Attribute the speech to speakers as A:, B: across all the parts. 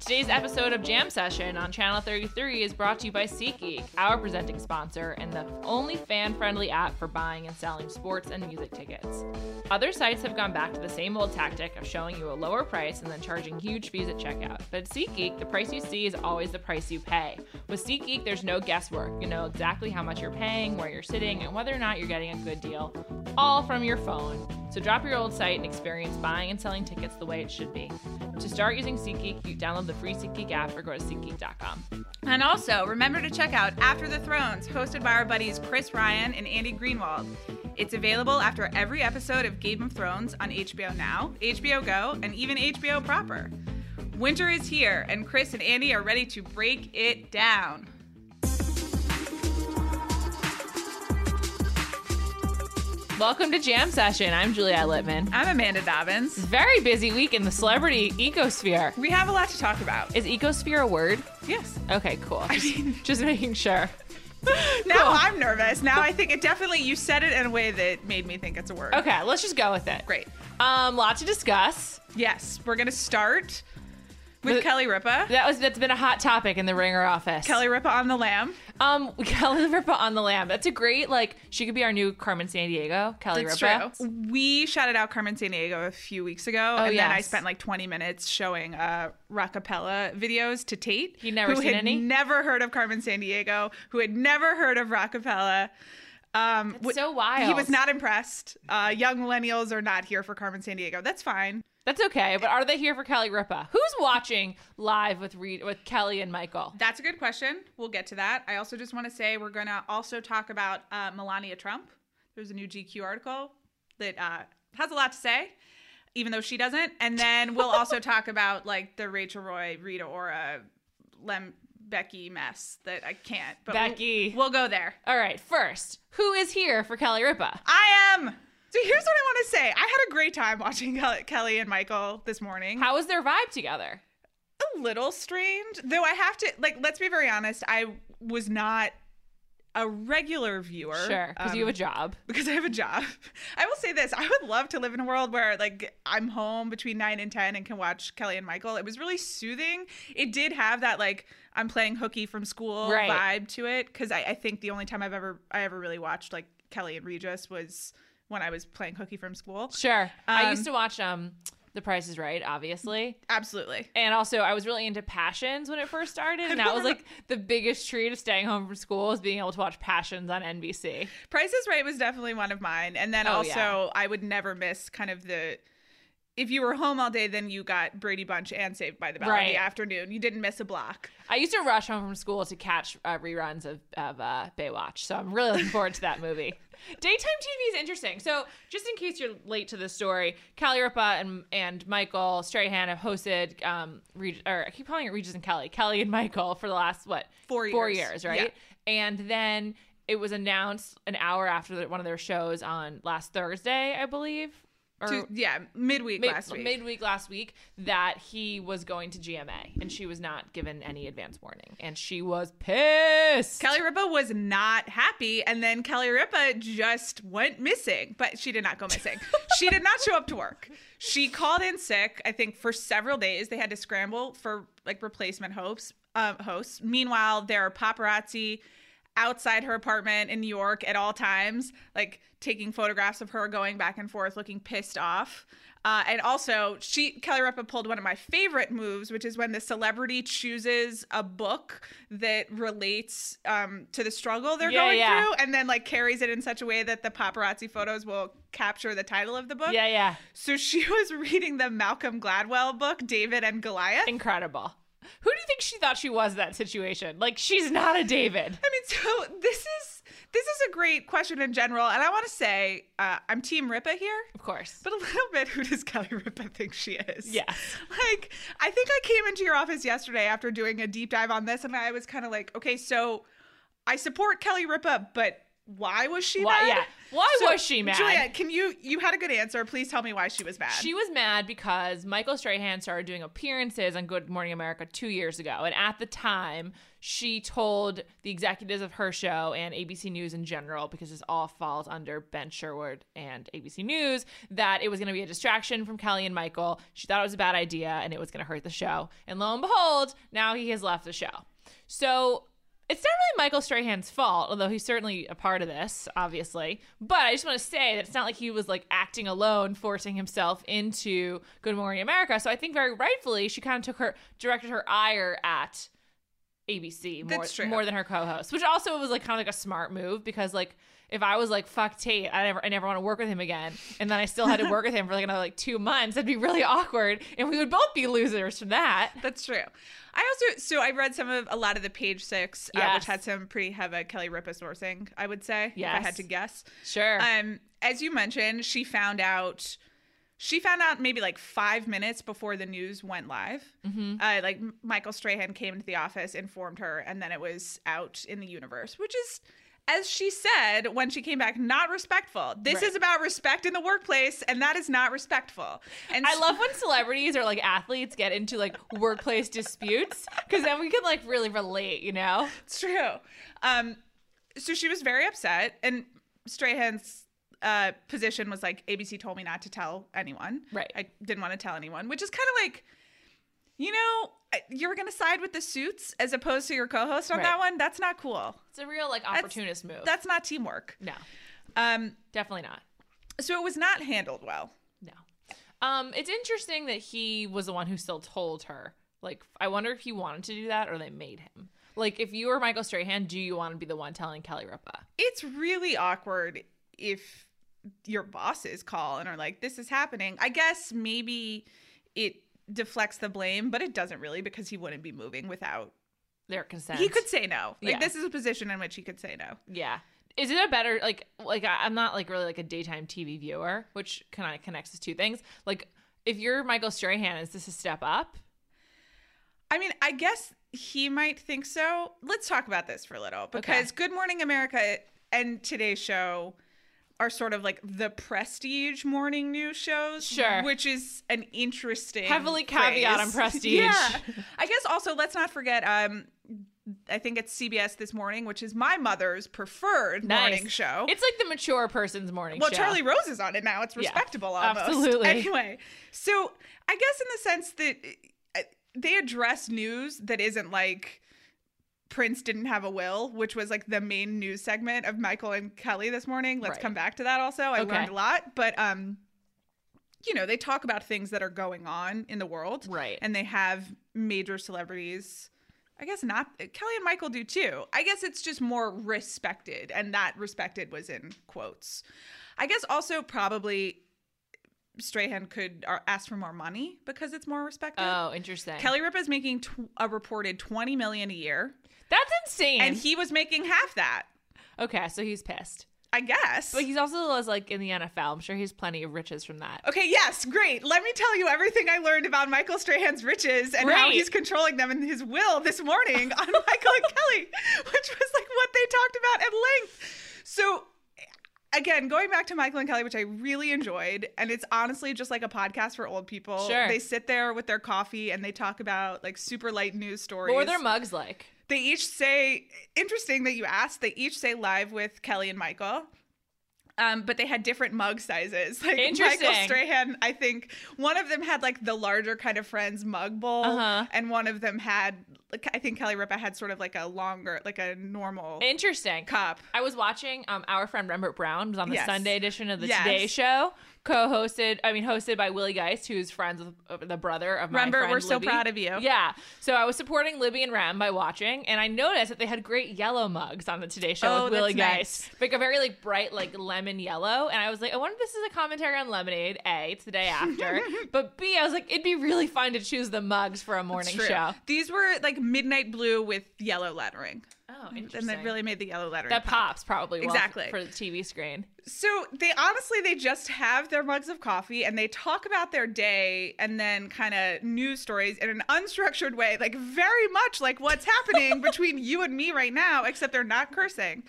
A: Today's episode of Jam Session on Channel 33 is brought to you by SeatGeek, our presenting sponsor and the only fan friendly app for buying and selling sports and music tickets. Other sites have gone back to the same old tactic of showing you a lower price and then charging huge fees at checkout. But at SeatGeek, the price you see is always the price you pay. With SeatGeek, there's no guesswork. You know exactly how much you're paying, where you're sitting, and whether or not you're getting a good deal, all from your phone. So drop your old site and experience buying and selling tickets the way it should be. To start using SeatGeek, you download the free SeatGeek app or go to SeatGeek.com.
B: And also, remember to check out After the Thrones, hosted by our buddies Chris Ryan and Andy Greenwald. It's available after every episode of Game of Thrones on HBO Now, HBO Go, and even HBO proper. Winter is here, and Chris and Andy are ready to break it down.
A: Welcome to Jam Session. I'm Juliette Littman.
B: I'm Amanda Dobbins.
A: Very busy week in the celebrity ecosphere.
B: We have a lot to talk about.
A: Is ecosphere a word?
B: Yes.
A: Okay, cool.
B: I mean-
A: just making sure.
B: Now
A: Cool.
B: I'm nervous. Now I think it definitely, you said it in a way that made me think it's a word.
A: Okay, let's just go with it.
B: Great.
A: Um, lot to discuss.
B: Yes, we're going to start with
A: With-
B: Kelly Ripa.
A: That was that's been a hot topic in the Ringer office.
B: Kelly Ripa on the lamb.
A: um, Kelly Ripa on the lamb. That's a great like. She could be our new Carmen San Diego. Kelly
B: That's
A: Ripa.
B: true. We shouted out Carmen San Diego a few weeks ago, and then I
A: Oh, yes.
B: spent like 20 minutes showing uh, rockapella videos to Tate,
A: You'd never
B: who
A: seen
B: had
A: any?
B: never heard of Carmen San Diego, who had never heard of rockapella. Um, wh-
A: so wild.
B: He was not impressed. Uh, young millennials are not here for Carmen San Diego. That's fine.
A: That's okay. But are they here for Kelly Ripa? Who's watching live with Reed with Kelly and Michael?
B: That's a good question. We'll get to that. I also just want to say we're going to also talk about uh, Melania Trump. There's a new GQ article that uh, has a lot to say, even though she doesn't. And then we'll also talk about like the Rachel Roy, Rita Ora, Lem Becky mess that I can't. But we'll-
A: Becky.
B: we'll go there.
A: All right. First, who is here for Kelly Ripa?
B: I am. So here's what I want to say. I had a great time watching Kel- Kelly and Michael this morning.
A: How was their vibe together?
B: a little strange though i have to like let's be very honest i was not a regular viewer
A: Sure, because you
B: um,
A: have a job.
B: because i have a job i will say this i would love to live in a world where like i'm home between 9 and 10 and can watch kelly and michael it was really soothing it did have that like i'm playing hooky from school
A: Right.
B: vibe to it because I, I think the only time i've ever i ever really watched like kelly and regis was when i was playing hooky from school
A: Sure. I
B: Um,
A: used to watch um The Price is Right, obviously.
B: absolutely
A: And also I was really into Passions when it first started. And that
B: don't
A: was like the biggest treat of staying home from school is being able to watch Passions on NBC.
B: Price is Right was definitely one of mine. And then
A: Oh,
B: also,
A: yeah.
B: I would never miss kind of the. If you were home all day, then you got Brady Bunch and Saved by the Bell in
A: Right.
B: the afternoon. You didn't miss a block.
A: I used to rush home from school to catch uh, reruns of, of uh, Baywatch, so I'm really looking forward to that movie. Daytime TV is interesting. So, just in case you're late to the story, Kelly Ripa and and Michael Strahan have hosted, um, Reg- or I keep calling it Regis and Kelly, Kelly and Michael for the last what
B: Four
A: four
B: years.
A: years, right? And then it was announced an hour after the, one of their shows on last Thursday, I believe, or
B: To- yeah, midweek
A: mid-
B: last week.
A: midweek last week that he was going to GMA and she was not given any advance warning and she was pissed.
B: Kelly Ripa was not happy, and then Kelly Ripa just went missing, but she did not go missing. she did not show up to work. She called in sick, I think, for several days. They had to scramble for like replacement hopes, uh, hosts. Meanwhile, there are paparazzi outside her apartment in New York at all times, like taking photographs of her going back and forth, looking pissed off. Uh, and also, she Kelly Ripa pulled one of my favorite moves, which is when the celebrity chooses a book that relates um, to the struggle they're
A: Yeah,
B: going
A: yeah.
B: through, and then like carries it in such a way that the paparazzi photos will capture the title of the book.
A: Yeah, yeah.
B: So she was reading the Malcolm Gladwell book, David and Goliath.
A: Incredible. Who do you think she thought she was in that situation? Like she's not a David.
B: I mean, so this is this is a great question in general, and I want to say uh, I'm Team Ripa here,
A: Of course.
B: but a little bit who does Kelly Ripa think she is?
A: Yes.
B: like I think I came into your office yesterday after doing a deep dive on this, and I was kind of like, okay, so I support Kelly Ripa, but why was she
A: Why,
B: mad?
A: yeah. Why was she mad?
B: Juliet, can you you had a good answer. Please tell me why she was mad.
A: She was mad because Michael Strahan started doing appearances on Good Morning America two years ago. And at the time, she told the executives of her show and ABC News in general, because this all falls under Ben Sherwood and ABC News, that it was going to be a distraction from Kelly and Michael. She thought it was a bad idea and it was going to hurt the show. And lo and behold, now he has left the show. So it's not really Michael Strahan's fault, although he's certainly a part of this, obviously. But I just want to say that it's not like he was like acting alone, forcing himself into Good Morning America. So I think very rightfully she kind of took her directed her ire at ABC more,
B: That's true.
A: more than her co-host, which also was like kind of like a smart move because like if I was like fuck Tate, I never I never want to work with him again, and then I still had to work with him for like another like two months, that'd be really awkward, and we would both be losers from that.
B: That's true. I also so I read some of a lot of the page six, uh,
A: Yes.
B: which had some pretty heavy Kelly Ripa sourcing. I would say, if I had
A: Yes.
B: to guess.
A: Sure.
B: Um, as you mentioned, she found out. She found out maybe like five minutes before the news went live.
A: Mm-hmm.
B: Uh, like M- Michael Strahan came into the office, informed her, and then it was out in the universe, which is, as she said when she came back, not respectful. This
A: Right.
B: is about respect in the workplace, and that is not respectful. And
A: I love when celebrities or like athletes get into like workplace disputes because then we can like really relate, you know?
B: It's true. Um, so she was very upset, and Strahan's uh, position was like, ABC told me not to tell anyone.
A: Right.
B: I didn't want to tell anyone, which is kind of like, you know, I- you're going to side with the suits as opposed to your co host on
A: Right.
B: that one. That's not cool.
A: It's a real like opportunist move.
B: That's not teamwork.
A: no,
B: Um,
A: definitely not.
B: so it was not handled well.
A: No. Um, it's interesting that he was the one who still told her. Like, I wonder if he wanted to do that or they made him. Like, if you were Michael Strahan, do you want to be the one telling Kelly Ripa?
B: It's really awkward if your bosses call and are like, this is happening. I guess maybe it deflects the blame, but it doesn't really because he wouldn't be moving without
A: Their consent.
B: He could say no. Like
A: Yeah.
B: this is a position in which he could say no.
A: Yeah. Is it a better like like I- I'm not like really like a daytime TV viewer, which kind of connects these two things. Like, if you're Michael Strahan, is this a step up?
B: I mean, I guess he might think so. Let's talk about this for a little because Good Morning America and today's show are sort of like the prestige morning news shows.
A: Sure.
B: Which is an interesting
A: Heavily caveat
B: phrase.
A: on prestige.
B: yeah. I guess also let's not forget um I think it's CBS this morning, which is my mother's preferred
A: Nice.
B: morning show.
A: It's like the mature person's morning
B: Oh. Well,
A: show.
B: Charlie Rose is on it now. It's
A: Yeah,
B: respectable almost.
A: absolutely.
B: Anyway, so I guess in the sense that uh, they address news that isn't like Prince didn't have a will, which was like the main news segment of Michael and Kelly this morning. Let's
A: Right.
B: come back to that also. I
A: Okay.
B: learned a lot, but um you know, they talk about things that are going on in the world.
A: Right.
B: And they have major celebrities I guess not. Kelly and Michael do too. I guess it's just more respected, and that respected was in quotes. I guess also probably Strahan could uh, ask for more money because it's more respected.
A: Oh, interesting.
B: Kelly Ripa is making tw- a reported twenty million a year,
A: That's insane.
B: and he was making half that.
A: okay, so he's pissed.
B: I guess.
A: But he's also was like in the NFL. I'm sure he's plenty of riches from that.
B: Okay, yes, great. Let me tell you everything I learned about Michael Strahan's riches and how
A: Great.
B: he's controlling them in his will this morning on Michael and Kelly, which was like what they talked about at length. So, again, going back to Michael and Kelly, which I really enjoyed, and it's honestly just like a podcast for old people.
A: Sure.
B: They sit there with their coffee and they talk about like super light news stories.
A: What were their mugs like?
B: They each say, interesting that you asked, they each say live with Kelly and Michael. Um, but they had different mug sizes. Like Michael
A: Interesting.
B: Strahan, I think one of them had like the larger kind of friends mug bowl,
A: Uh-huh.
B: and one of them had, like, I think Kelly Ripa had sort of like a longer, like a normal
A: Interesting.
B: cup.
A: I was watching um, our friend Rembert Brown was on the
B: Yes.
A: Sunday edition of the
B: Yes.
A: Today Show, co-hosted. I mean, hosted by Willie Geist, who's friends with uh, the brother of my
B: Rembert,
A: friend
B: we're so
A: Libby.
B: proud of you.
A: Yeah. So I was supporting Libby and Rem by watching, and I noticed that they had great yellow mugs on the Today Show
B: Oh,
A: with Willie
B: that's
A: Geist, like a very like bright like lemon yellow. And I was like, I wonder if this is a commentary on lemonade. A, it's the day after, but B, I was like, it'd be really fun to choose the mugs for a morning
B: True.
A: show.
B: These were like midnight blue with yellow lettering,
A: Oh,
B: and
A: interesting.
B: they really made the yellow lettering.
A: that
B: pop.
A: pops probably well
B: Exactly.
A: for the TV screen.
B: So they honestly they just have their mugs of coffee and they talk about their day and then kind of news stories in an unstructured way, like very much like what's happening between you and me right now, except they're not cursing.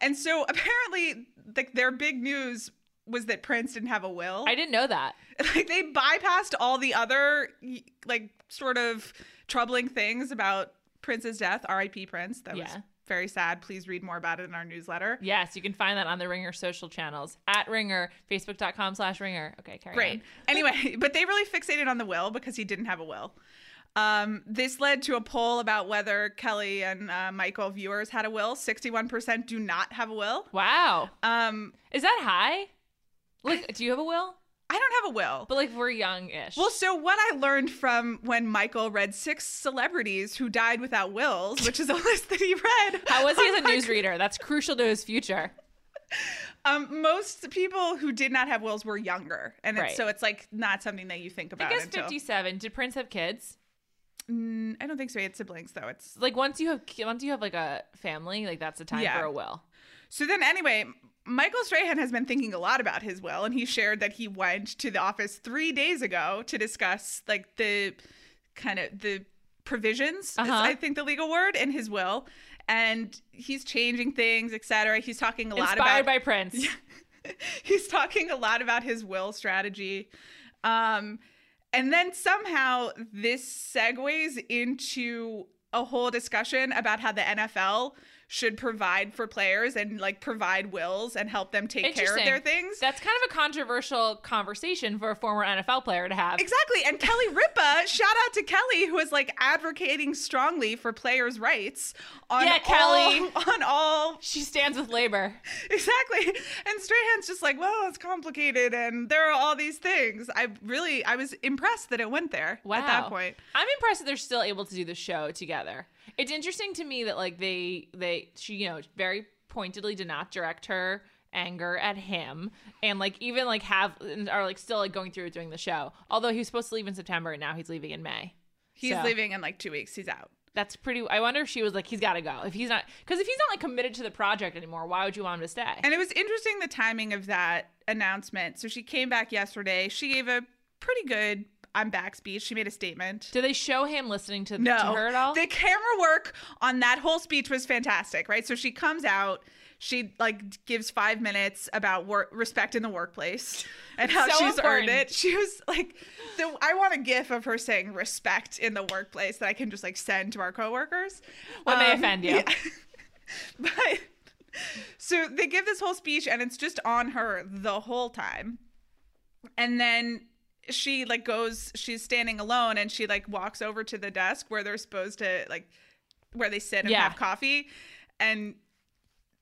B: And so apparently like their big news was that Prince didn't have a will.
A: I didn't know that.
B: like they bypassed all the other y- like sort of troubling things about Prince's death, RIP Prince. That
A: Yeah.
B: was very sad. Please read more about it in our newsletter.
A: Yes, you can find that on the Ringer social channels at Ringer, Facebook.com slash Ringer. Okay, carry
B: Great.
A: on.
B: anyway, but they really fixated on the will because he didn't have a will. Um, this led to a poll about whether Kelly and uh, Michael viewers had a will. 61% do not have a will.
A: Wow.
B: Um,
A: Is that high? Like, do you have a will?
B: I don't have a will.
A: But like, we're young ish.
B: Well, so what I learned from when Michael read six celebrities who died without wills, which is a list that he read.
A: How was he as a newsreader? That's crucial to his future.
B: Um, most people who did not have wills were younger, and it's
A: Right.
B: so it's like not something that you think
A: I
B: about.
A: guess
B: until,
A: 57. Did Prince have kids?
B: Mm, I don't think so. He had siblings, though. It's
A: Like once you have ki- once you have like a family, like that's the time
B: Yeah.
A: for a will.
B: so. Then anyway, Michael Strahan has been thinking a lot about his will, and he shared that he went to the office three days ago to discuss like the kind of the provisions. is,
A: Uh-huh.
B: I think the legal word in his will, and he's changing things, etc. He's talking a lot
A: Inspired
B: about
A: by Prince.
B: he's talking a lot about his will strategy. Um, and then somehow this segues into a whole discussion about how the NFL should provide for players and like provide wills and help them take care of
A: Interesting.
B: their things.
A: That's kind of a controversial conversation for a former NFL player to have.
B: Exactly. And Kelly Ripa, shout out to Kelly, who is like advocating strongly for players' rights on
A: Yeah, Kelly.
B: all, on all
A: She stands with labor.
B: Exactly. And Strahan's just like, well, it's complicated and there are all these things. I really, I was impressed that it went there
A: Wow.
B: at that point.
A: I'm impressed that they're still able to do the show together. It's interesting to me that like they they she you know very pointedly did not direct her anger at him and like even like have and are like still like going through doing the show. Although he was supposed to leave in September and now he's leaving in May.
B: He's
A: So-
B: leaving in like two weeks. He's out.
A: That's pretty. I wonder if she was like he's got to go. If he's not because if he's not like committed to the project anymore, why would you want him to stay?
B: And it was interesting the timing of that announcement. So she came back yesterday. She gave a pretty good I'm back speech. She made a statement.
A: Do they show him listening to,
B: No.
A: to her at all?
B: The camera work on that whole speech was fantastic, right? So she comes out, she like gives five minutes about work respect in the workplace and how
A: So
B: she's
A: important.
B: earned it. She was like, so I want a gif of her saying respect in the workplace that I can just like send to our coworkers
A: When
B: um,
A: they offend you.
B: but so they give this whole speech and it's just on her the whole time. And then she like goes she's standing alone and she like walks over to the desk where they're supposed to like where they sit and
A: Yeah.
B: have coffee and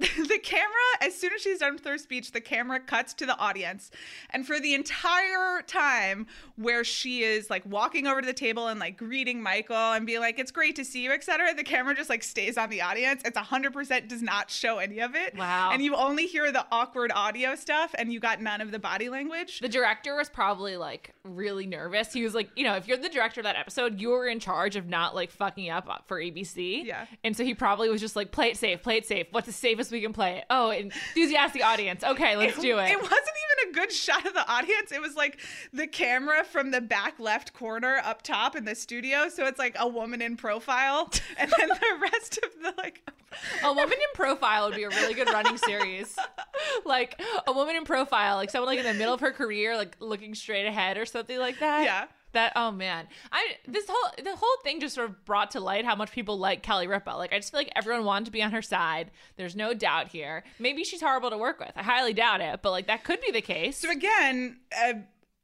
B: the camera as soon as she's done with her speech the camera cuts to the audience and for the entire time where she is like walking over to the table and like greeting michael and being like it's great to see you etc the camera just like stays on the audience it's 100% does not show any of it
A: Wow.
B: and you only hear the awkward audio stuff and you got none of the body language
A: The director was probably like really nervous. He was like, you know, if you're the director of that episode, you're in charge of not like fucking up for ABC.
B: Yeah.
A: And so he probably was just like, play it safe, play it safe. What's the safest we can play it? Oh, enthusiastic audience. Okay, let's do it.
B: It wasn't even a good shot of the audience. It was like the camera from the back left corner up top in the studio. So it's like a woman in profile. And then the rest of the like
A: a woman in profile would be a really good running series. like a woman in profile, like someone like in the middle of her career, like looking straight ahead or something like that.
B: Yeah.
A: That oh man, I this whole the whole thing just sort of brought to light how much people like Kelly Ripa. Like I just feel like everyone wanted to be on her side. There's no doubt here. Maybe she's horrible to work with. I highly doubt it, but like that could be the case.
B: So again, uh,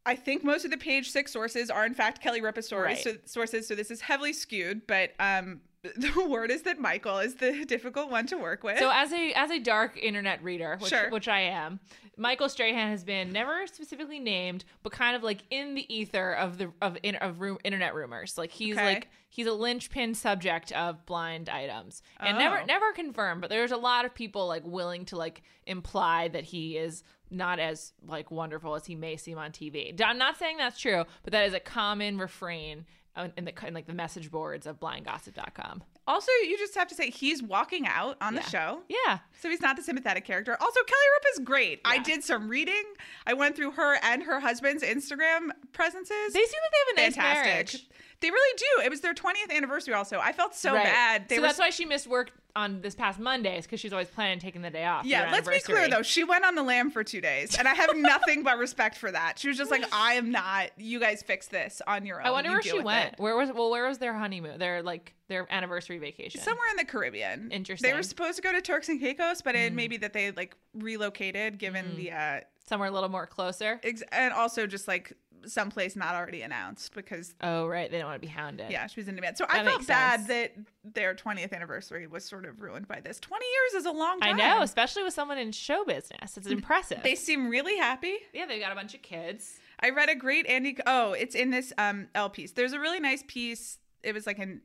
B: I think most of the page six sources are in fact Kelly Ripa sources.
A: Right.
B: So, sources, so this is heavily skewed, but um, the word is that Michael is the difficult one to work with.
A: So as a as a dark internet reader, which,
B: Sure.
A: which I am, Michael Strahan has been never specifically named, but kind of like in the ether of the of in, of room, internet rumors. Like he's
B: Okay.
A: like he's a linchpin subject of blind items, and never
B: Oh.
A: never confirmed. But there's a lot of people like willing to like imply that he is not as like wonderful as he may seem on TV. I'm not saying that's true, but that is a common refrain uh, in the in like the message boards of blindgossip.com.
B: also, you just have to say he's walking out on the show.
A: Yeah.
B: So he's not the sympathetic character. Also, Kelly Ripa's great. I
A: Yeah.
B: did some reading. I went through her and her husband's Instagram presences.
A: They seem like they have a nice
B: Fantastic.
A: marriage.
B: They really do. It was their 20th anniversary, also. I felt so
A: Right.
B: bad. They
A: so
B: were
A: that's why she missed work on this past Monday, is because she's always planning on taking the day off. for
B: Yeah,
A: your
B: let's be clear
A: anniversary.
B: though. She went on the lam for two days, and I have nothing but respect for that. She was just like, "I am not. You guys fix this on your own."
A: I wonder
B: You
A: where
B: deal
A: she
B: with
A: went.
B: it."
A: Where was well? Where was their honeymoon? Their like their anniversary vacation.
B: Somewhere in the Caribbean. They
A: Interesting. Hmm.
B: were supposed to go to Turks and Caicos, but it maybe that they like relocated given the uh,
A: somewhere a little more closer.
B: ex- and also just like someplace not already announced because
A: Oh right, they don't want to be hounded.
B: yeah, she was in demand. So I
A: That
B: felt
A: makes
B: bad
A: sense.
B: that their 20th anniversary was sort of ruined by this. 20 years is a long
A: I
B: time.
A: know, especially with someone in show business. It's impressive.
B: Mm-hmm. They seem really happy.
A: yeah, they've got a bunch of kids.
B: I read a great Andy. Oh, it's in this um L piece. There's a really nice piece. It was like in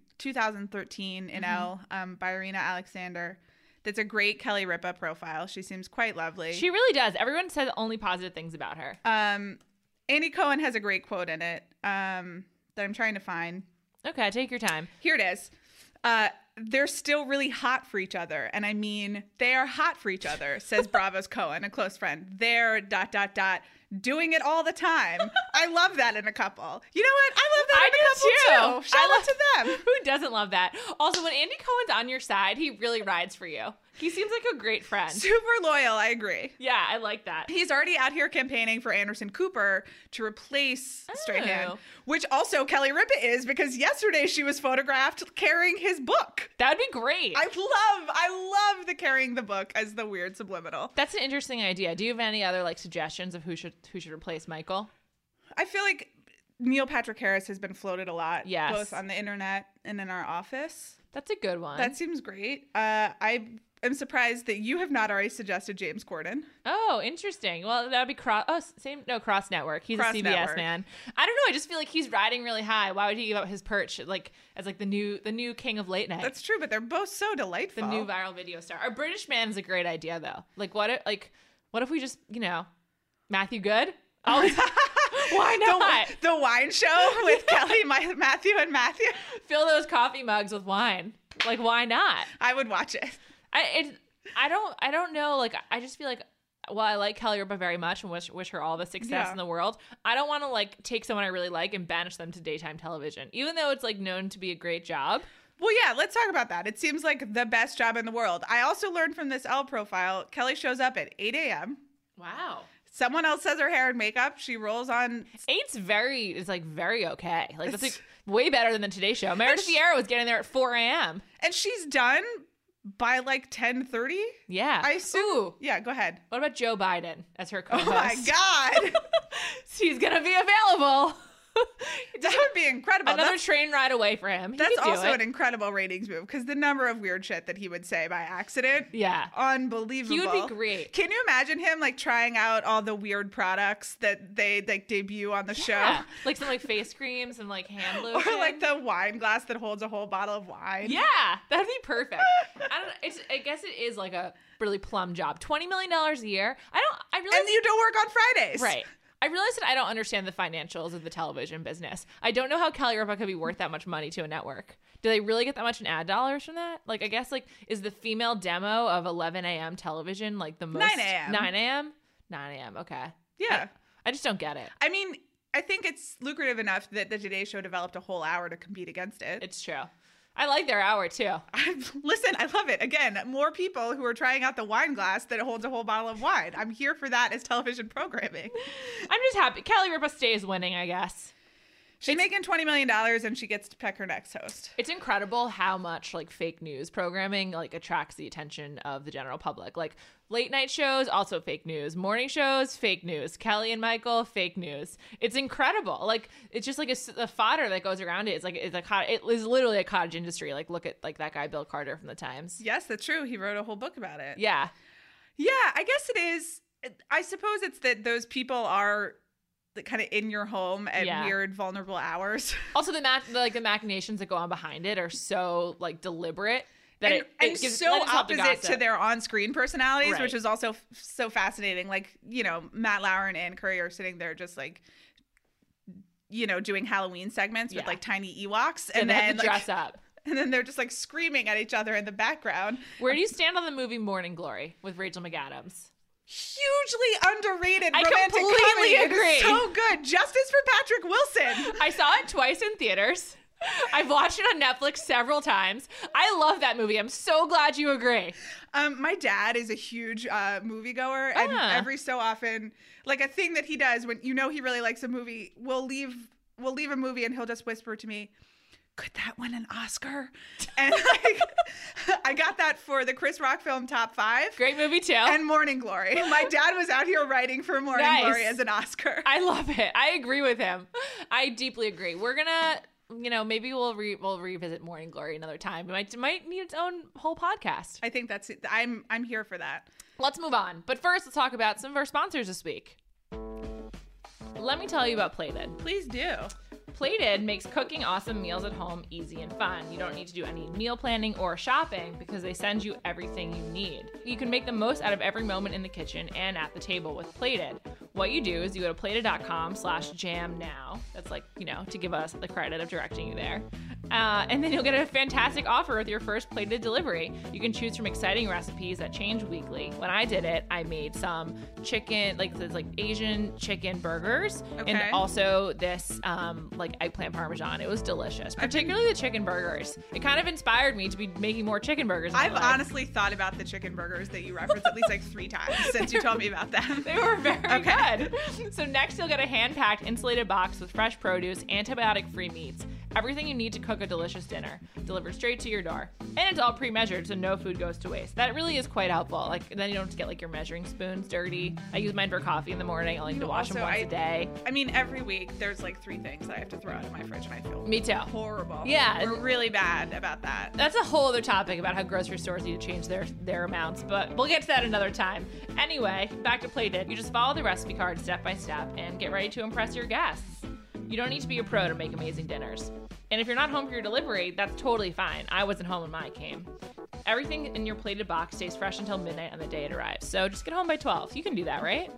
B: 2013 in
A: Mm-hmm.
B: L um, by Irina Alexander. That's a great Kelly Ripa profile. She seems quite lovely.
A: She really does. Everyone says only positive things about her.
B: um, Andy Cohen has a great quote in it um, that I'm trying to find.
A: Okay, take your time.
B: Here it is. Uh, they're still really hot for each other. And I mean, they are hot for each other, says Bravo's Cohen, a close friend. They're dot, dot, dot, doing it all the time. I love that in a couple. You know what? I love that
A: I
B: in a
A: do too.
B: couple too. Shout
A: I
B: out to them.
A: Who doesn't love that? Also, when Andy Cohen's on your side, he really rides for you. He seems like a great friend.
B: Super loyal. I agree.
A: Yeah, I like that.
B: He's already out here campaigning for Anderson Cooper to replace Strahan,
A: Oh.
B: which also Kelly Ripa is because yesterday she was photographed carrying his book.
A: That would be great.
B: I love, I love the carrying the book as the weird subliminal.
A: That's an interesting idea. Do you have any other like suggestions of who should who should replace Michael?
B: I feel like Neil Patrick Harris has been floated a lot,
A: Yes.
B: both on the internet and in our office.
A: That's a good one.
B: That seems great. Uh, I am surprised that you have not already suggested James Corden.
A: oh, interesting. Well, that'd be cross. Oh, s- same. No, cross network. He's
B: Cross
A: a CBS
B: Network.
A: man. I don't know. I just feel like he's riding really high. Why would he give up his perch like as like the new the new king of late night?
B: That's true, but they're both so
A: the
B: delightful.
A: new viral video star. A British man is a great idea though. Like what if like what if we just you know Matthew Good? Always. Why not?
B: the, the wine show with Kelly, my, Matthew, and Matthew.
A: Fill those coffee mugs with wine. Like why not?
B: I would watch it.
A: I it, I don't I don't know. Like I just feel like while I like Kelly Ripa very much and wish wish her all the success
B: Yeah.
A: in the world, I don't want to like take someone I really like and banish them to daytime television, even though it's like known to be a great job.
B: Well, yeah, let's talk about that. It seems like the best job in the world. I also learned from this L profile Kelly shows up at 8 a.m.
A: Wow,
B: Someone else does her hair and makeup. She rolls on
A: eight's very is like very okay. Like that's like way better than the Today Show. Meredith Vieira was getting there at four a.m.
B: and she's done by like 10:30.
A: Yeah,
B: I assume.
A: Ooh,
B: Yeah, go ahead.
A: what about Joe Biden as her
B: Oh
A: co-host?
B: my god.
A: he's gonna be available.
B: that would be incredible.
A: Another
B: That's-
A: train ride away for him. He
B: that's
A: could do
B: also
A: it.
B: an incredible ratings move because the number of weird shit that he would say by accident.
A: yeah.
B: Unbelievable.
A: He would be great.
B: Can you imagine him like trying out all the weird products that they like debut on the
A: Yeah,
B: show?
A: like some like face creams and like hand lotion.
B: Or like the wine glass that holds a whole bottle of wine.
A: yeah, that'd be perfect. I don't. It's, I guess it is like a really plum job. Twenty million dollars a year. I don't. I
B: And
A: realize
B: you don't work on Fridays.
A: right. I realize that I don't understand the financials of the television business. I don't know how Kelly Ripa could be worth that much money to a network. Do they really get that much in ad dollars from that? Like, I guess like is the female demo of 11 a.m. television like the most
B: 9 a.m..
A: 9 a.m. 9 a.m. Okay.
B: Yeah.
A: I just don't get it.
B: I mean, I think it's lucrative enough that the Today Show developed a whole hour to compete against it.
A: It's true. I like their hour too.
B: Listen, I love it. Again, more people who are trying out the wine glass that holds a whole bottle of wine. I'm here for that as television programming.
A: I'm just happy. Kelly Ripa stays winning, I guess.
B: She's making $20 million and she gets to pick her next host.
A: It's incredible how much like fake news programming like attracts the attention of the general public. Like late night shows, also fake news. Morning shows, fake news. Kelly and Michael, fake news. It's incredible. Like it's just like a, s- a fodder that goes around it. It's like it's a cot- it is literally a cottage industry. Like look at like that guy Bill Carter from the Times.
B: Yes, that's true. He wrote a whole book about it.
A: Yeah,
B: Yeah, I guess it is. I suppose it's that those people are kind of in your home at
A: Yeah.
B: weird, vulnerable hours.
A: Also, the, ma- the like the machinations that go on behind it are so like deliberate that
B: and,
A: it, it
B: and
A: gives,
B: so
A: lends itself
B: opposite to,
A: gossip.
B: their on-screen personalities,
A: Right.
B: which is also f- so fascinating. Like you know, Matt Lauer and Ann Curry are sitting there just like, you know, doing Halloween segments with
A: Yeah.
B: like tiny Ewoks,
A: Yeah,
B: and
A: they have
B: then
A: to
B: like,
A: dress up.
B: and then they're just like screaming at each other in the background.
A: Where do you stand on the movie Morning Glory with Rachel McAdams?
B: Hugely underrated
A: I
B: romantic
A: completely
B: comedy. It is
A: agree.
B: so good. Justice for Patrick Wilson.
A: I saw it twice in theaters. I've watched it on Netflix several times. I love that movie. I'm so glad you agree.
B: Um, my dad is a huge uh, moviegoer, and
A: Ah.
B: every so often, like a thing that he does when you know he really likes a movie, we'll leave we'll leave a movie, and he'll just whisper to me, "Could that win an Oscar?" And like, I got that for the Chris Rock film Top Five
A: Great movie too.
B: and Morning Glory. My dad was out here writing for Morning
A: Nice.
B: Glory as an Oscar.
A: I love it. I agree with him. I deeply agree. We're gonna, you know, maybe we'll re- we'll revisit Morning Glory another time. It might it might need its own whole podcast.
B: I think that's it. I'm I'm here for that.
A: Let's move on. But first, let's talk about some of our sponsors this week. Let me tell you about Plated.
B: Please do.
A: Plated makes cooking awesome meals at home easy and fun. You don't need to do any meal planning or shopping because they send you everything you need. You can make the most out of every moment in the kitchen and at the table with Plated. What you do is you go to plated.com slash jam now. That's like, you know, to give us the credit of directing you there. Uh, and then you'll get a fantastic offer with your first plated delivery. You can choose from exciting recipes that change weekly. When I did it, I made some chicken, like there's like Asian chicken burgers, and
B: Okay.
A: all also this um, like eggplant parmesan. It was delicious, particularly the chicken burgers. It kind of inspired me to be making more chicken burgers. in my
B: I've
A: life.
B: honestly thought about the chicken burgers that you referenced at least like three times since you told me about them.
A: They were very
B: Okay.
A: good. So next, you'll get a hand-packed insulated box with fresh produce, antibiotic-free meats, everything you need to cook a delicious dinner, delivered straight to your door. And it's all pre-measured, so no food goes to waste. That really is quite helpful. Like then you don't have to get like your measuring spoons dirty. I use mine for coffee in the morning. I like to
B: You
A: wash them
B: also-
A: once
B: I-
A: a day.
B: I mean, every week there's like three things that I have to throw out of my fridge, and I feel
A: Me too.
B: horrible.
A: Yeah.
B: we're really bad about that.
A: That's a whole other topic about how grocery stores need to change their their amounts, but we'll get to that another time. Anyway, back to Plated. You just follow the recipe card step by step and get ready to impress your guests. You don't need to be a pro to make amazing dinners. And if you're not home for your delivery, that's totally fine. I wasn't home when mine came. Everything in your plated box stays fresh until midnight on the day it arrives. So just get home by 12. You can do that, right?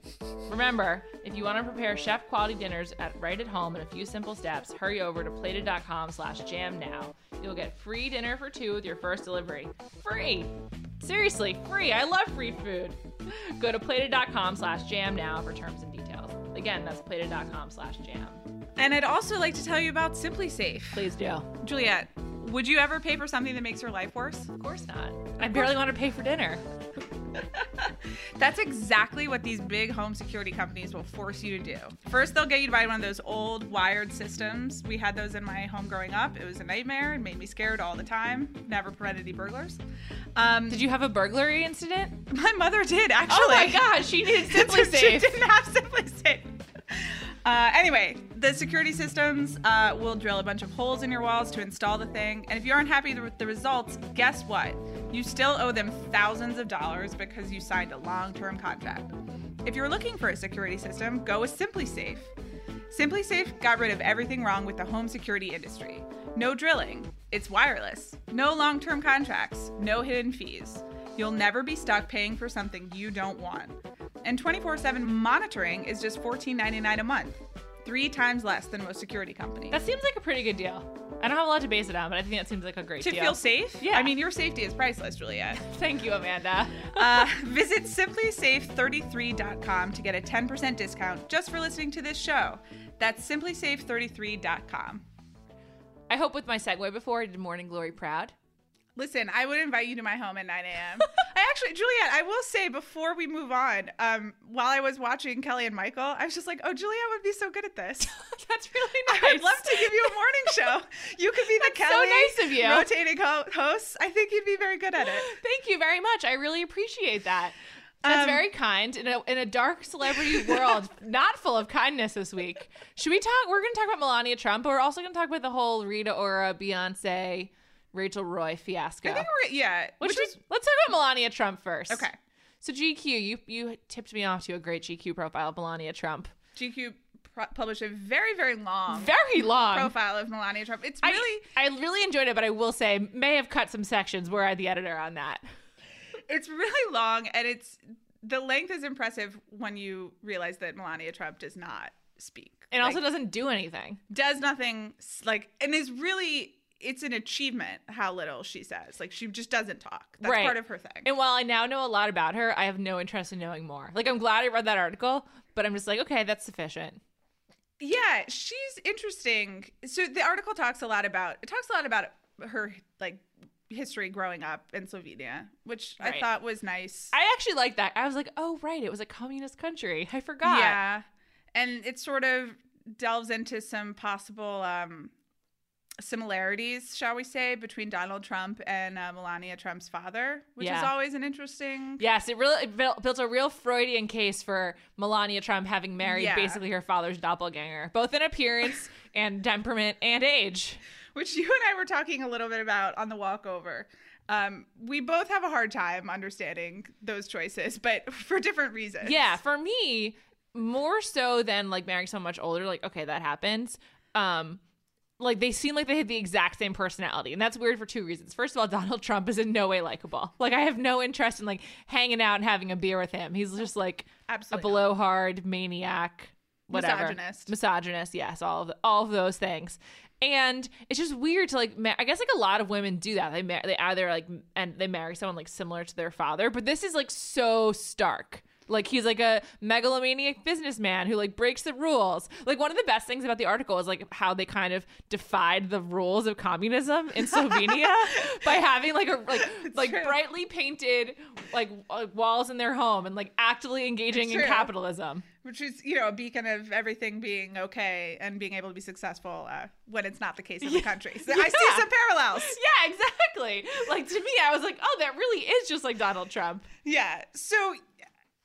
A: Remember, if you want to prepare chef quality dinners at right at home in a few simple steps, hurry over to plated.com slash jam now. You'll get free dinner for two with your first delivery. Free! Seriously, free. I love free food. Go to plated.com slash jam now for terms and details. Again, that's plated.com slash jam.
B: And I'd also like to tell you about Simply Safe.
A: Please do.
B: Juliet, would you ever pay for something that makes your life worse?
A: Of course not. I barely want to pay for dinner.
B: That's exactly what these big home security companies will force you to do. First, they'll get you to buy one of those old wired systems. We had those in my home growing up. It was a nightmare and made me scared all the time. Never prevented any burglars. Um,
A: Did you have a burglary incident?
B: my mother did actually.
A: Oh my gosh, she needed Simply
B: she
A: Safe.
B: didn't have Simply Safe. Uh, anyway, the security systems uh, will drill a bunch of holes in your walls to install the thing. And if you aren't happy with the results, guess what? You still owe them thousands of dollars because you signed a long term contract. If you're looking for a security system, go with Simply Safe. Simply Safe got rid of everything wrong with the home security industry no drilling, it's wireless, no long term contracts, no hidden fees. You'll never be stuck paying for something you don't want. And 24 7 monitoring is just $14.99 a month, three times less than most security companies.
A: That seems like a pretty good deal. I don't have a lot to base it on, but I think that seems like a great
B: to
A: deal.
B: feel safe?
A: Yeah.
B: I mean, your safety is priceless, Juliet.
A: Thank you, Amanda.
B: uh, visit simplysafe33.com to get a 10% discount just for listening to this show. That's simplysafe33.com.
A: I hope with my segue before I did Morning Glory proud.
B: Listen, I would invite you to my home at 9 a.m. I actually, Juliet, I will say before we move on, um, while I was watching Kelly and Michael, I was just like, oh, Juliet would be so good at this.
A: That's really nice.
B: I would love to give you a morning show. You could be the
A: That's so
B: Kelly
A: nice of you.
B: rotating ho- host. I think you'd be very good at it.
A: Thank you very much. I really appreciate that. That's
B: Um,
A: very kind in a, in a dark celebrity world, not full of kindness this week. Should we talk? We're going to talk about Melania Trump, but we're also going to talk about the whole Rita Ora, Beyonce, Rachel Roy fiasco.
B: I think we're yeah,
A: which,
B: which is
A: is, let's talk about Melania Trump first.
B: okay.
A: So GQ, you you tipped me off to a great GQ profile of Melania Trump.
B: GQ pro- published a very very long
A: Very long.
B: profile of Melania Trump. It's
A: I-
B: really
A: I, really enjoyed it, but I will say may have cut some sections. Where I the editor on that?
B: it's really long and it's the length is impressive when you realize that Melania Trump does not speak
A: And also
B: Like,
A: doesn't do anything.
B: does nothing s- like and is really it's an achievement how little she says like she just doesn't talk that's
A: Right.
B: part of her thing
A: And while I now know a lot about her, I have no interest in knowing more. Like I'm glad I read that article, but I'm just like, okay, that's sufficient.
B: yeah, she's interesting. So the article talks a lot about it talks a lot about her like history growing up in Slovenia, which I
A: Right.
B: thought was nice.
A: I actually like that. I was like, oh right, it was a communist country. I forgot.
B: Yeah. And it sort of delves into some possible um, similarities, shall we say, between Donald Trump and uh, Melania Trump's father, which is
A: Yeah.
B: always an interesting.
A: Yes, it really it built, built a real Freudian case for Melania Trump having married
B: Yeah.
A: basically her father's doppelganger, both in appearance and temperament and age.
B: Which you and I were talking a little bit about on the walkover. Um, we both have a hard time understanding those choices, but for different reasons.
A: Yeah, for me, more so than like marrying someone much older, like, okay, that happens. Um, like they seem like they had the exact same personality. And that's weird for two reasons. First of all, Donald Trump is in no way likable. Like I have no interest in like hanging out and having a beer with him. He's just like a
B: absolutely.
A: blowhard maniac, whatever.
B: Misogynist.
A: Misogynist, yes, all of all of those things. And it's just weird to like. Ma- I guess like a lot of women do that. They mar- they either like m- and they marry someone like similar to their father, but this is like so stark. Like he's like a megalomaniac businessman who like breaks the rules. Like one of the best things about the article is like how they kind of defied the rules of communism in Slovenia by having like a like like
B: true.
A: brightly painted like uh, walls in their home and like actively engaging in
B: true.
A: capitalism.
B: Which is, you know, a beacon of everything being okay and being able to be successful uh, when it's not the case in the country. So I see
A: Yeah.
B: some parallels.
A: Yeah, exactly. Like to me, I was like, oh, that really is just like Donald Trump.
B: Yeah. So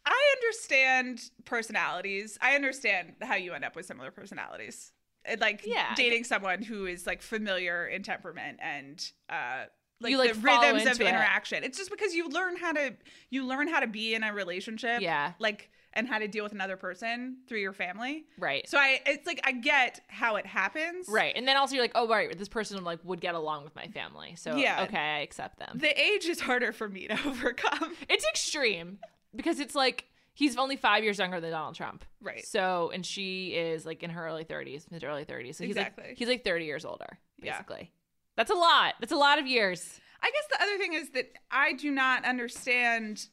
B: I understand personalities. I understand how you end up with similar personalities. And, Like
A: Yeah, I
B: dating someone who is like familiar in temperament and uh like,
A: You, like,
B: the
A: fall
B: rhythms of
A: into it.
B: interaction. It's just because you learn how to you learn how to be in a relationship.
A: Yeah.
B: Like and how to deal with another person through your family.
A: Right.
B: So I it's like I get how it happens.
A: Right. And then also you're like, oh, right, this person like would get along with my family. So
B: Yeah.
A: okay, I accept them.
B: The age is harder for me to overcome.
A: It's extreme because it's like he's only five years younger than Donald Trump.
B: Right.
A: So and she is like in her early thirties, mid early thirties. So he's
B: Exactly.
A: like he's like thirty years older,
B: Yeah.
A: basically. That's a lot. That's a lot of years.
B: I guess the other thing is that I do not understand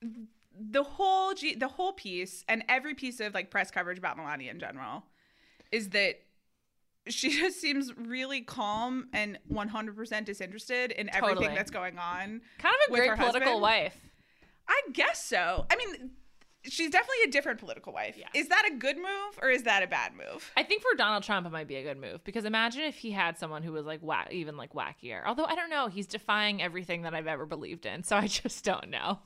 B: the whole G- the whole piece and every piece of like press coverage about Melania in general is that she just seems really calm and 100% disinterested in everything
A: Totally.
B: that's going on.
A: Kind of a
B: With
A: great
B: her
A: political
B: husband?
A: wife.
B: I guess so. I mean, she's definitely a different political wife.
A: Yeah.
B: Is that a good move or is that a bad move?
A: I think for Donald Trump, it might be a good move because imagine if he had someone who was like whack, even like wackier. Although I don't know, he's defying everything that I've ever believed in, so I just don't know.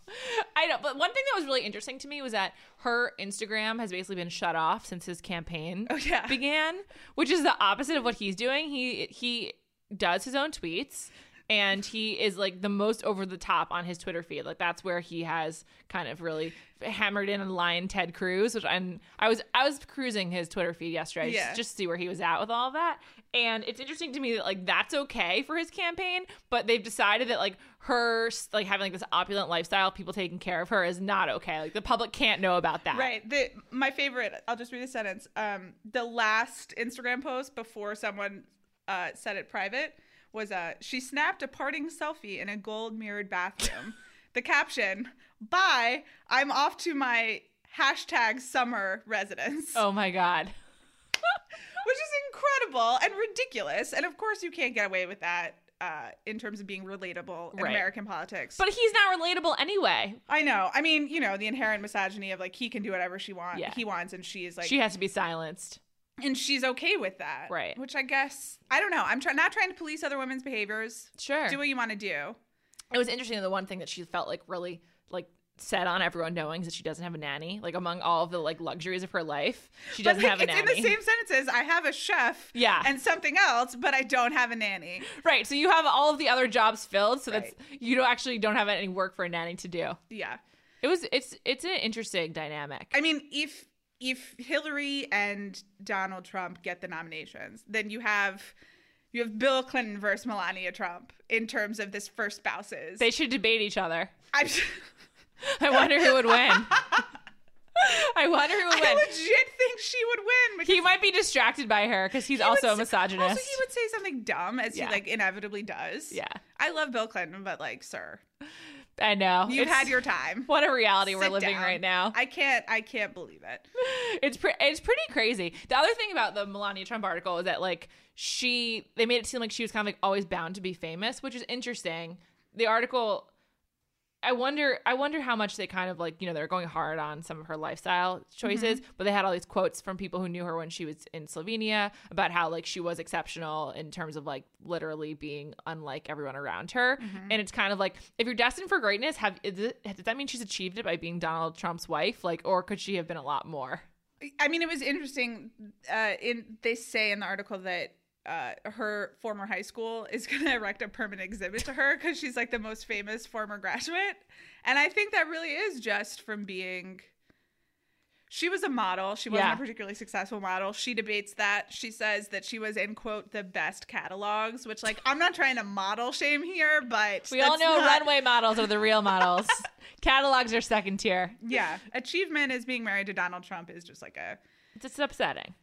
A: I don't. But one thing that was really interesting to me was that her Instagram has basically been shut off since his campaign
B: Oh, yeah.
A: began, which is the opposite of what he's doing. He he does his own tweets. And he is like the most over the top on his Twitter feed. Like that's where he has kind of really hammered in a lion Ted Cruz, which I'm I was I was cruising his Twitter feed yesterday
B: Yeah.
A: just, just to see where he was at with all of that. And it's interesting to me that like that's okay for his campaign, but they've decided that like her like having like this opulent lifestyle, people taking care of her is not okay. Like the public can't know about that.
B: Right. The my favorite. I'll just read a sentence. Um, the last Instagram post before someone uh, said it private was uh, she snapped a parting selfie in a gold mirrored bathroom. the caption: "Bye. I'm off to my hashtag summer residence,"
A: Oh my god.
B: which is incredible and ridiculous. And of course, you can't get away with that. Uh, in terms of being relatable in
A: Right.
B: American politics,
A: But he's not relatable anyway.
B: I know. I mean, you know, the inherent misogyny of like he can do whatever she wants,
A: Yeah.
B: he wants, and she is like
A: she has to be silenced.
B: and she's okay with that
A: Right.
B: which i guess i don't know i'm try- not trying to police other women's behaviors
A: Sure.
B: do what you want to do
A: it was interesting the one thing that she felt like really like set on everyone knowing is that she doesn't have a nanny. Like among all of the like luxuries of her life, she doesn't
B: like,
A: have a
B: it's
A: nanny.
B: in the same sentences i have a chef
A: Yeah.
B: and something else but i don't have a nanny
A: Right. So you have all of the other jobs filled, so that's
B: Right.
A: you don't actually don't have any work for a nanny to do.
B: yeah
A: It was it's it's an interesting dynamic.
B: i mean if if hillary and donald trump get the nominations then you have you have bill clinton versus melania trump in terms of this first spouses
A: they should debate each other.
B: I'm,
A: I wonder who would win. I wonder who would
B: i
A: win.
B: legit think she would win because
A: He might be distracted by her because he's
B: He would
A: also a
B: say-
A: misogynist.
B: Also, he would say something dumb, as
A: Yeah.
B: he like inevitably does.
A: Yeah.
B: I love Bill Clinton, but like, sir,
A: I know.
B: You've
A: It's-
B: had your time.
A: what a reality we're
B: Sit
A: living
B: down.
A: right now.
B: I can't. I can't believe it.
A: It's pre- it's pretty crazy. The other thing about the Melania Trump article is that like she they made it seem like she was kind of like always bound to be famous, which is interesting. The article I wonder I wonder how much they kind of like, you know, they're going hard on some of her lifestyle choices, but they had all these quotes from people who knew her when she was in Slovenia about how like she was exceptional in terms of like literally being unlike everyone around her. And it's kind of like if you're destined for greatness, have is it, does that mean she's achieved it by being Donald Trump's wife? Like or could she have been a lot more?
B: I mean, it was interesting. Uh, in they say in the article that uh, her former high school is going to erect a permanent exhibit to her because she's like the most famous former graduate, and I think that really is just from being. She was a model. She wasn't
A: Yeah.
B: a particularly successful model. She debates that. She says that she was in quote the best catalogs, which like I'm not trying to model shame here, but
A: We all
B: that's
A: know
B: not-
A: runway models are the real models. Catalogs are second tier.
B: Yeah, achievement is being married to Donald Trump is just like a.
A: It's just upsetting.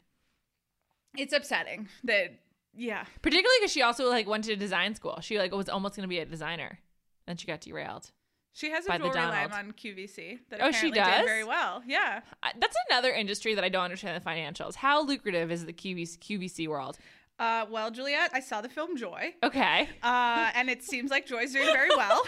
B: It's upsetting that yeah
A: Particularly because she also like went to design school. She like was almost gonna be a designer. Then she got derailed.
B: She has
A: by
B: a
A: the
B: jewelry line
A: Donald.
B: on QVC that
A: Oh,
B: apparently
A: she does?
B: did very well. Yeah,
A: I, that's another industry that I don't understand the financials. How lucrative is the QVC, QVC world?
B: uh, well, Juliet, I saw the film Joy,
A: Okay.
B: uh, and it seems like Joy's doing very well.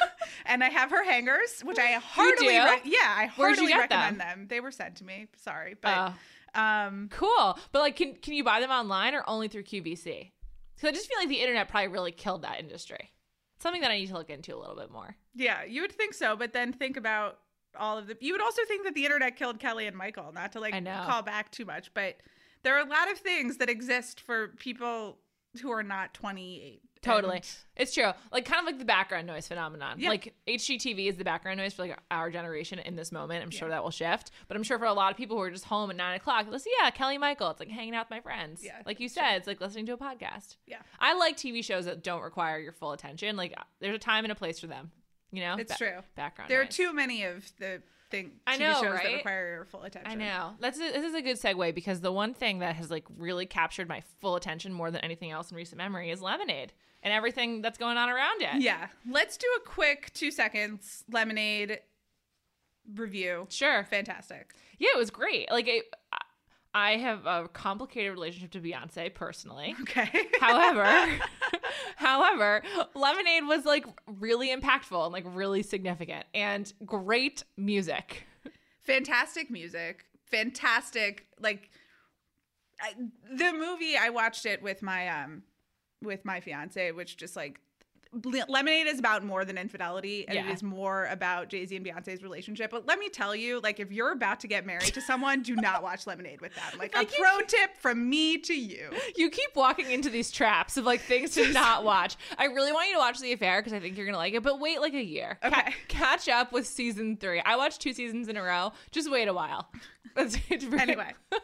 B: and I have her hangers, which I heartily,
A: do?
B: re- yeah, I
A: Where'd you
B: heartily
A: get Oh.
B: recommend them? They were sent to me. Sorry, but um,
A: Cool. But like, can can you buy them online or only through QVC? Because I just feel like the internet probably really killed that industry. Something that I need to look into a little bit more.
B: yeah, you would think so, but then think about all of the. You would also think that the internet killed Kelly and Michael. Not to like
A: I know.
B: call back too much, but there are a lot of things that exist for people who are not twenty eight.
A: Totally. It's true. Like kind of like the background noise phenomenon.
B: Yeah.
A: Like HGTV is the background noise for like our generation in this moment. I'm sure
B: Yeah.
A: that will shift, but I'm sure for a lot of people who are just home at nine o'clock, listen, yeah, Kelly Michael. It's like hanging out with my friends.
B: Yeah,
A: like you said, it's like listening to a podcast.
B: Yeah.
A: I like TV shows that don't require your full attention. Like there's a time and a place for them. You know,
B: It's true.
A: Background.
B: There are
A: noise.
B: too many of the thing TV
A: I know,
B: shows
A: right?
B: that require your full attention.
A: I know. That's a, this is a good segue because the one thing that has like really captured my full attention more than anything else in recent memory is Lemonade and everything that's going on around it.
B: Yeah. Let's do a quick two seconds lemonade review.
A: Sure.
B: Fantastic.
A: Yeah, it was great. Like it, I- I have a complicated relationship to Beyonce personally.
B: Okay.
A: However, however, Lemonade was like really impactful and like really significant and great music.
B: fantastic music. Fantastic. Like I, the movie I watched it with my um with my fiance, which just like Le- Lemonade is about more than infidelity, and
A: Yeah.
B: it is more about Jay Z and Beyonce's relationship. But let me tell you, like, if you're about to get married to someone, do not watch Lemonade with them. Like, a
A: Like, you-
B: pro tip from me to you.
A: You keep walking into these traps of like things to not watch. I really want you to watch The Affair because I think you're gonna like it, but wait like a year. Ca-
B: Okay.
A: catch up with season three. I watched two seasons in a row. Just wait a while. That's it's very-
B: Anyway,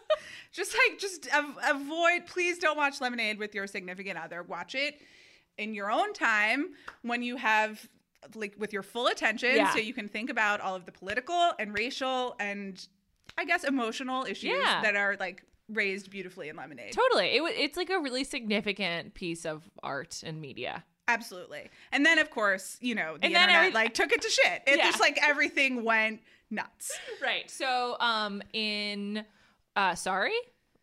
B: just like, just av- avoid. Please don't watch Lemonade with your significant other. Watch it in your own time when you have like with your full attention,
A: Yeah.
B: so you can think about all of the political and racial and I guess emotional issues
A: Yeah.
B: that are like raised beautifully in Lemonade.
A: Totally. It, wa- it's like a really significant piece of art and media.
B: Absolutely. And then, of course, you know, the
A: And then
B: internet
A: every-
B: like took it to shit. It
A: Yeah.
B: just like everything went nuts.
A: Right. So, um, in uh, Sorry,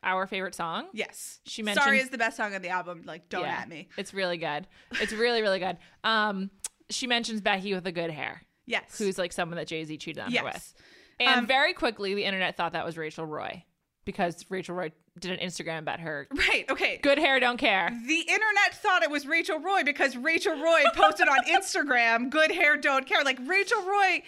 A: our favorite song.
B: Yes.
A: She
B: Sorry
A: mentioned-
B: is the best song on the album. Like, don't
A: Yeah.
B: at me.
A: It's really good. It's really, really good. Um, she mentions Becky with the good hair,
B: Yes.
A: who's like someone that Jay Z cheated on
B: yes.
A: her with. And
B: Um,
A: very quickly, the internet thought that was Rachel Roy because Rachel Roy did an Instagram about her
B: Right. Okay.
A: good hair, don't care.
B: The internet thought it was Rachel Roy because Rachel Roy posted on Instagram, good hair, don't care. Like, Rachel Roy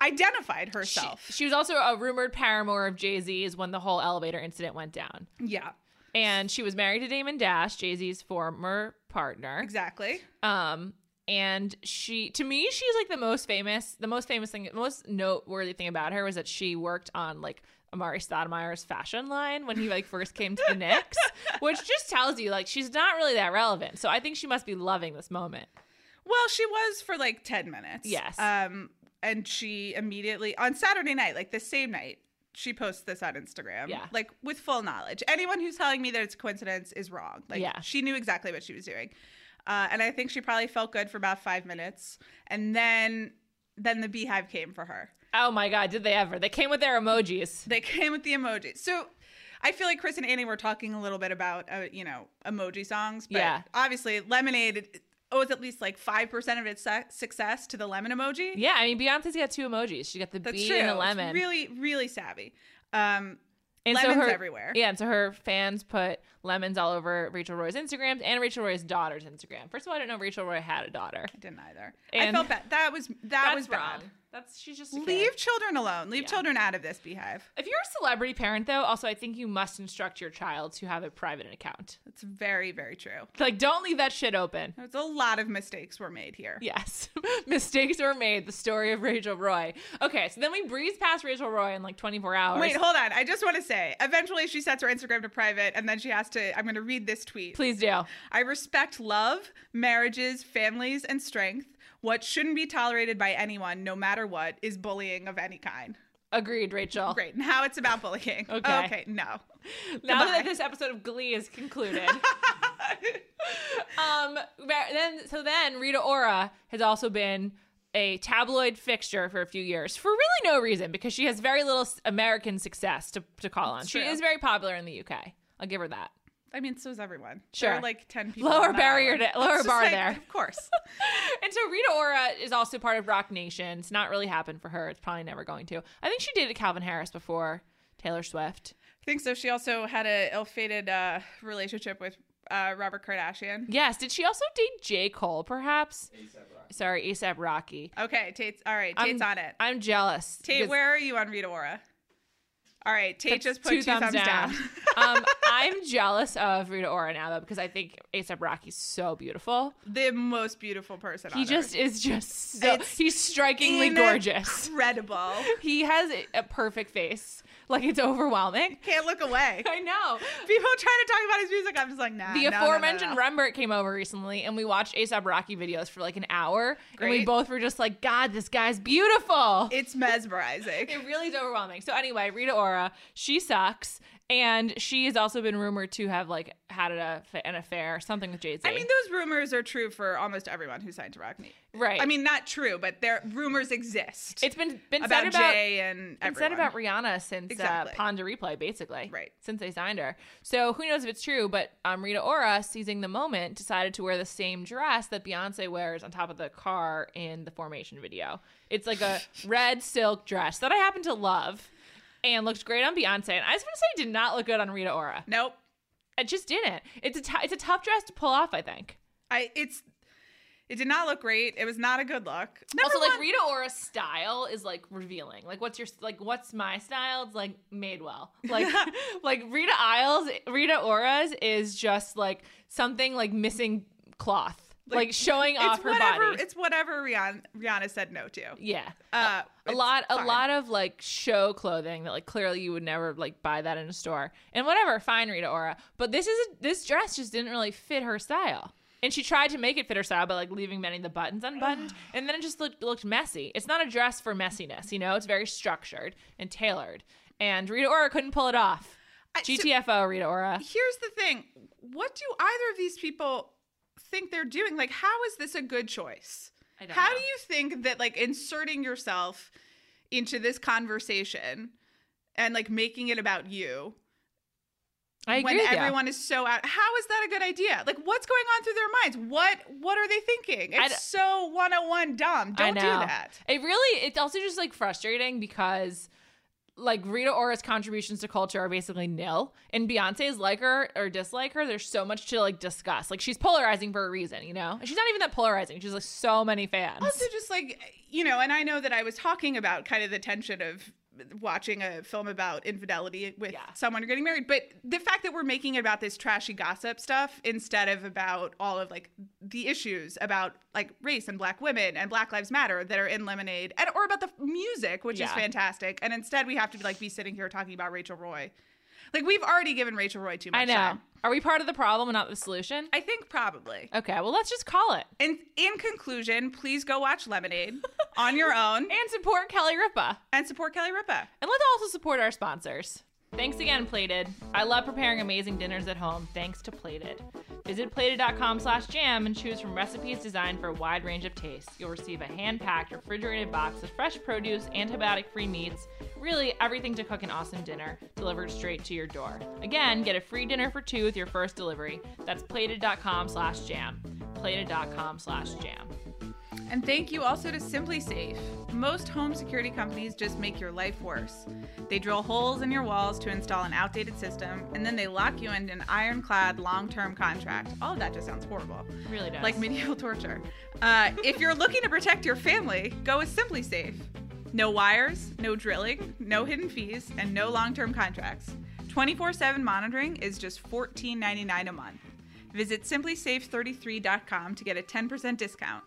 B: identified
A: She,
B: herself.
A: she was also a rumored paramour of Jay Z's when the whole elevator incident went down.
B: yeah.
A: And she was married to Damon Dash, Jay Z's former partner.
B: Exactly.
A: Um, and she, to me, she's like the most famous, the most famous thing, the most noteworthy thing about her was that she worked on like Amari Stoudemire's fashion line when he like first came to the Knicks, which just tells you like she's not really that relevant. So I think she must be loving this moment.
B: Well, she was for like 10 minutes.
A: Yes.
B: Um, and she immediately, on Saturday night, like the same night, she posts this on Instagram.
A: Yeah.
B: Like with full knowledge. Anyone who's telling me that it's coincidence is wrong. Like
A: Yeah.
B: she knew exactly what she was doing. Uh, and I think she probably felt good for about five minutes. And then then the beehive came for her.
A: Oh my God, did they ever? They came with their emojis.
B: They came with the emojis. So I feel like Chris and Annie were talking a little bit about, uh, you know, emoji songs. But
A: Yeah.
B: obviously, Lemonade owes at least like 5% of its su- success to the lemon emoji.
A: Yeah, I mean, Beyonce's got two emojis. She got the
B: That's
A: bee
B: true.
A: and the
B: It's
A: lemon.
B: really, really savvy. Um,
A: and
B: lemons
A: her,
B: everywhere.
A: Yeah, and so her fans put lemons all over Rachel Roy's Instagram and Rachel Roy's daughter's Instagram. First of all, I didn't know Rachel Roy had a daughter.
B: I didn't either. I
A: And-
B: felt bad. That was that
A: That's
B: was
A: wrong.
B: bad.
A: That's she's just a kid.
B: Leave children alone. Leave
A: Yeah.
B: children out of this beehive.
A: If you're a celebrity parent, though, also I think you must instruct your child to have a private account.
B: That's very, very true.
A: Like, don't leave that shit open.
B: There's a lot of mistakes were made here.
A: Yes, mistakes were made. The story of Rachel Roy. Okay, so then we breeze past Rachel Roy in like 24 hours.
B: Wait, hold on. I just want to say, eventually she sets her Instagram to private and then she has to. I'm going to read this tweet.
A: please do.
B: I respect love, marriages, families, and strength. What shouldn't be tolerated by anyone, no matter what, is bullying of any kind.
A: Agreed, Rachel.
B: Great. Now it's about bullying.
A: Oh. Okay.
B: Okay. No.
A: Now that
B: Goodbye.
A: this episode of Glee is concluded, um, Mar- then so then Rita Ora has also been a tabloid fixture for a few years for really no reason because she has very little s- American success to, to call on. She
B: true.
A: is very popular in the UK. I'll give her that.
B: I mean, so is everyone.
A: Sure.
B: There are like 10 people.
A: Lower
B: on that
A: barrier
B: island.
A: to- lower
B: It's just
A: bar
B: like,
A: there.
B: Of course.
A: And so Rita Ora is also part of Rock Nation. It's not really happened for her. It's probably never going to. I think she dated Calvin Harris before Taylor Swift.
B: I think so. She also had a ill-fated uh, relationship with uh, Robert Kardashian.
A: Yes. Did she also date J. Cole, perhaps? Sorry, ASAP Rocky.
B: Okay, Tate's all right. Tate's on it.
A: Um, I'm jealous.
B: Tate,
A: because-
B: where are you on Rita Ora? All right, Tate
A: That's
B: just put two, thumbs, down.
A: um, I'm jealous of Rita Ora now though because I think ASAP Rocky's so beautiful.
B: the most beautiful person.
A: He
B: on
A: just
B: earth.
A: is just so
B: It's
A: he's strikingly gorgeous.
B: incredible.
A: He has a- a perfect face. Like it's overwhelming.
B: Can't look away.
A: I know.
B: People trying to talk about his music, I'm just like, nah.
A: The
B: no, no, no,
A: aforementioned
B: no.
A: Rembert came over recently and we watched ASAP Rocky videos for like an hour and we
B: Great.
A: both were just like god this guy's beautiful.
B: It's mesmerizing.
A: It really is overwhelming. So anyway, Rita Ora, she sucks, and she has also been rumored to have like had a, an affair, something with Jay Z.
B: I mean, those rumors are true for almost everyone who signed to Rock Me.
A: right?
B: I mean, not true, but their rumors exist.
A: it's been been
B: about,
A: said about
B: Jay and
A: been
B: everyone.
A: said about Rihanna since
B: Exactly.
A: uh, Ponder Replay, basically.
B: Right.
A: Since they signed her, so who knows if it's true? But um, Rita Ora, seizing the moment, decided to wear the same dress that Beyonce wears on top of the car in the Formation video. It's like a red silk dress that I happen to love. And looked great on Beyonce, and I just want to say, it did not look good on Rita Ora.
B: Nope.
A: It just didn't. It's a t- it's a tough dress to pull off. I think.
B: I it's it did not look great. It was not a good look. Number
A: also, like
B: one-
A: Rita Ora's style is like revealing. Like, what's your like? What's my style? It's like Madewell. Like, like Rita Isles, Rita Ora's is just like something like missing cloth, like, showing
B: it's
A: off her
B: whatever,
A: body.
B: It's whatever Rihanna, Rihanna said no to.
A: yeah.
B: Uh,
A: a
B: it's
A: lot, a
B: fine.
A: lot of like show clothing that like clearly you would never like buy that in a store and whatever. Fine, Rita Ora, but this is this dress just didn't really fit her style, and she tried to make it fit her style by like leaving many of the buttons unbuttoned, and then it just looked looked messy. It's not a dress for messiness, you know. It's very structured and tailored, and Rita Ora couldn't pull it off.
B: I- so
A: GTFO, Rita Ora.
B: here's the thing: what do either of these people think they're doing? Like, how is this a good choice?
A: I don't
B: How
A: know.
B: do you think that like inserting yourself into this conversation and like making it about you
A: I agree
B: when
A: with you.
B: everyone is so out how is that a good idea like what's going on through their minds what what are they thinking
A: I d-
B: it's so 101 dumb
A: I
B: don't do
A: know.
B: that
A: It really, it's also just like frustrating because like Rita Ora's contributions to culture are basically nil, and Beyonce's like her or dislike her. There's so much to like discuss. Like she's polarizing for a reason, you know. And she's not even that polarizing. She's like so many fans.
B: also just like you know and i know that i was talking about kind of the tension of watching a film about infidelity with
A: Yeah.
B: someone getting married but the fact that we're making it about this trashy gossip stuff instead of about all of like the issues about like race and black women and black lives matter that are in lemonade and or about the f- music which is
A: Yeah.
B: fantastic and instead we have to like be sitting here talking about rachel roy like we've already given rachel roy too much
A: I know.
B: time
A: Are we part of the problem and not the solution?
B: i think probably
A: Okay, well let's just call it
B: and in conclusion please go watch lemonade on your own
A: and support Kelly Ripa.
B: and support kelly ripa
A: And let's also support our sponsors. Thanks again, Plated. I love preparing amazing dinners at home thanks to Plated. Visit Plated.com slash jam and choose from recipes designed for a wide range of tastes. You'll receive a hand-packed refrigerated box of fresh produce, antibiotic-free meats, really everything to cook an awesome dinner, delivered straight to your door. Again, get a free dinner for two with your first delivery. That's Plated.com slash jam. Plated.com slash jam.
B: And thank you also to Simply Safe. Most home security companies just make your life worse. They drill holes in your walls to install an outdated system, and then they lock you in an ironclad long term contract. All of that just sounds horrible.
A: Really does.
B: Like medieval torture. Uh, if you're looking to protect your family, go with Simply Safe. No wires, no drilling, no hidden fees, and no long term contracts. 24 7 monitoring is just $14.99 a month. Visit simplysafe33.com to get a 10% discount.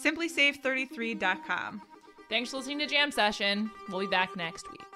B: simplysave33.com.
A: Thanks for listening to Jam Session. We'll be back next week.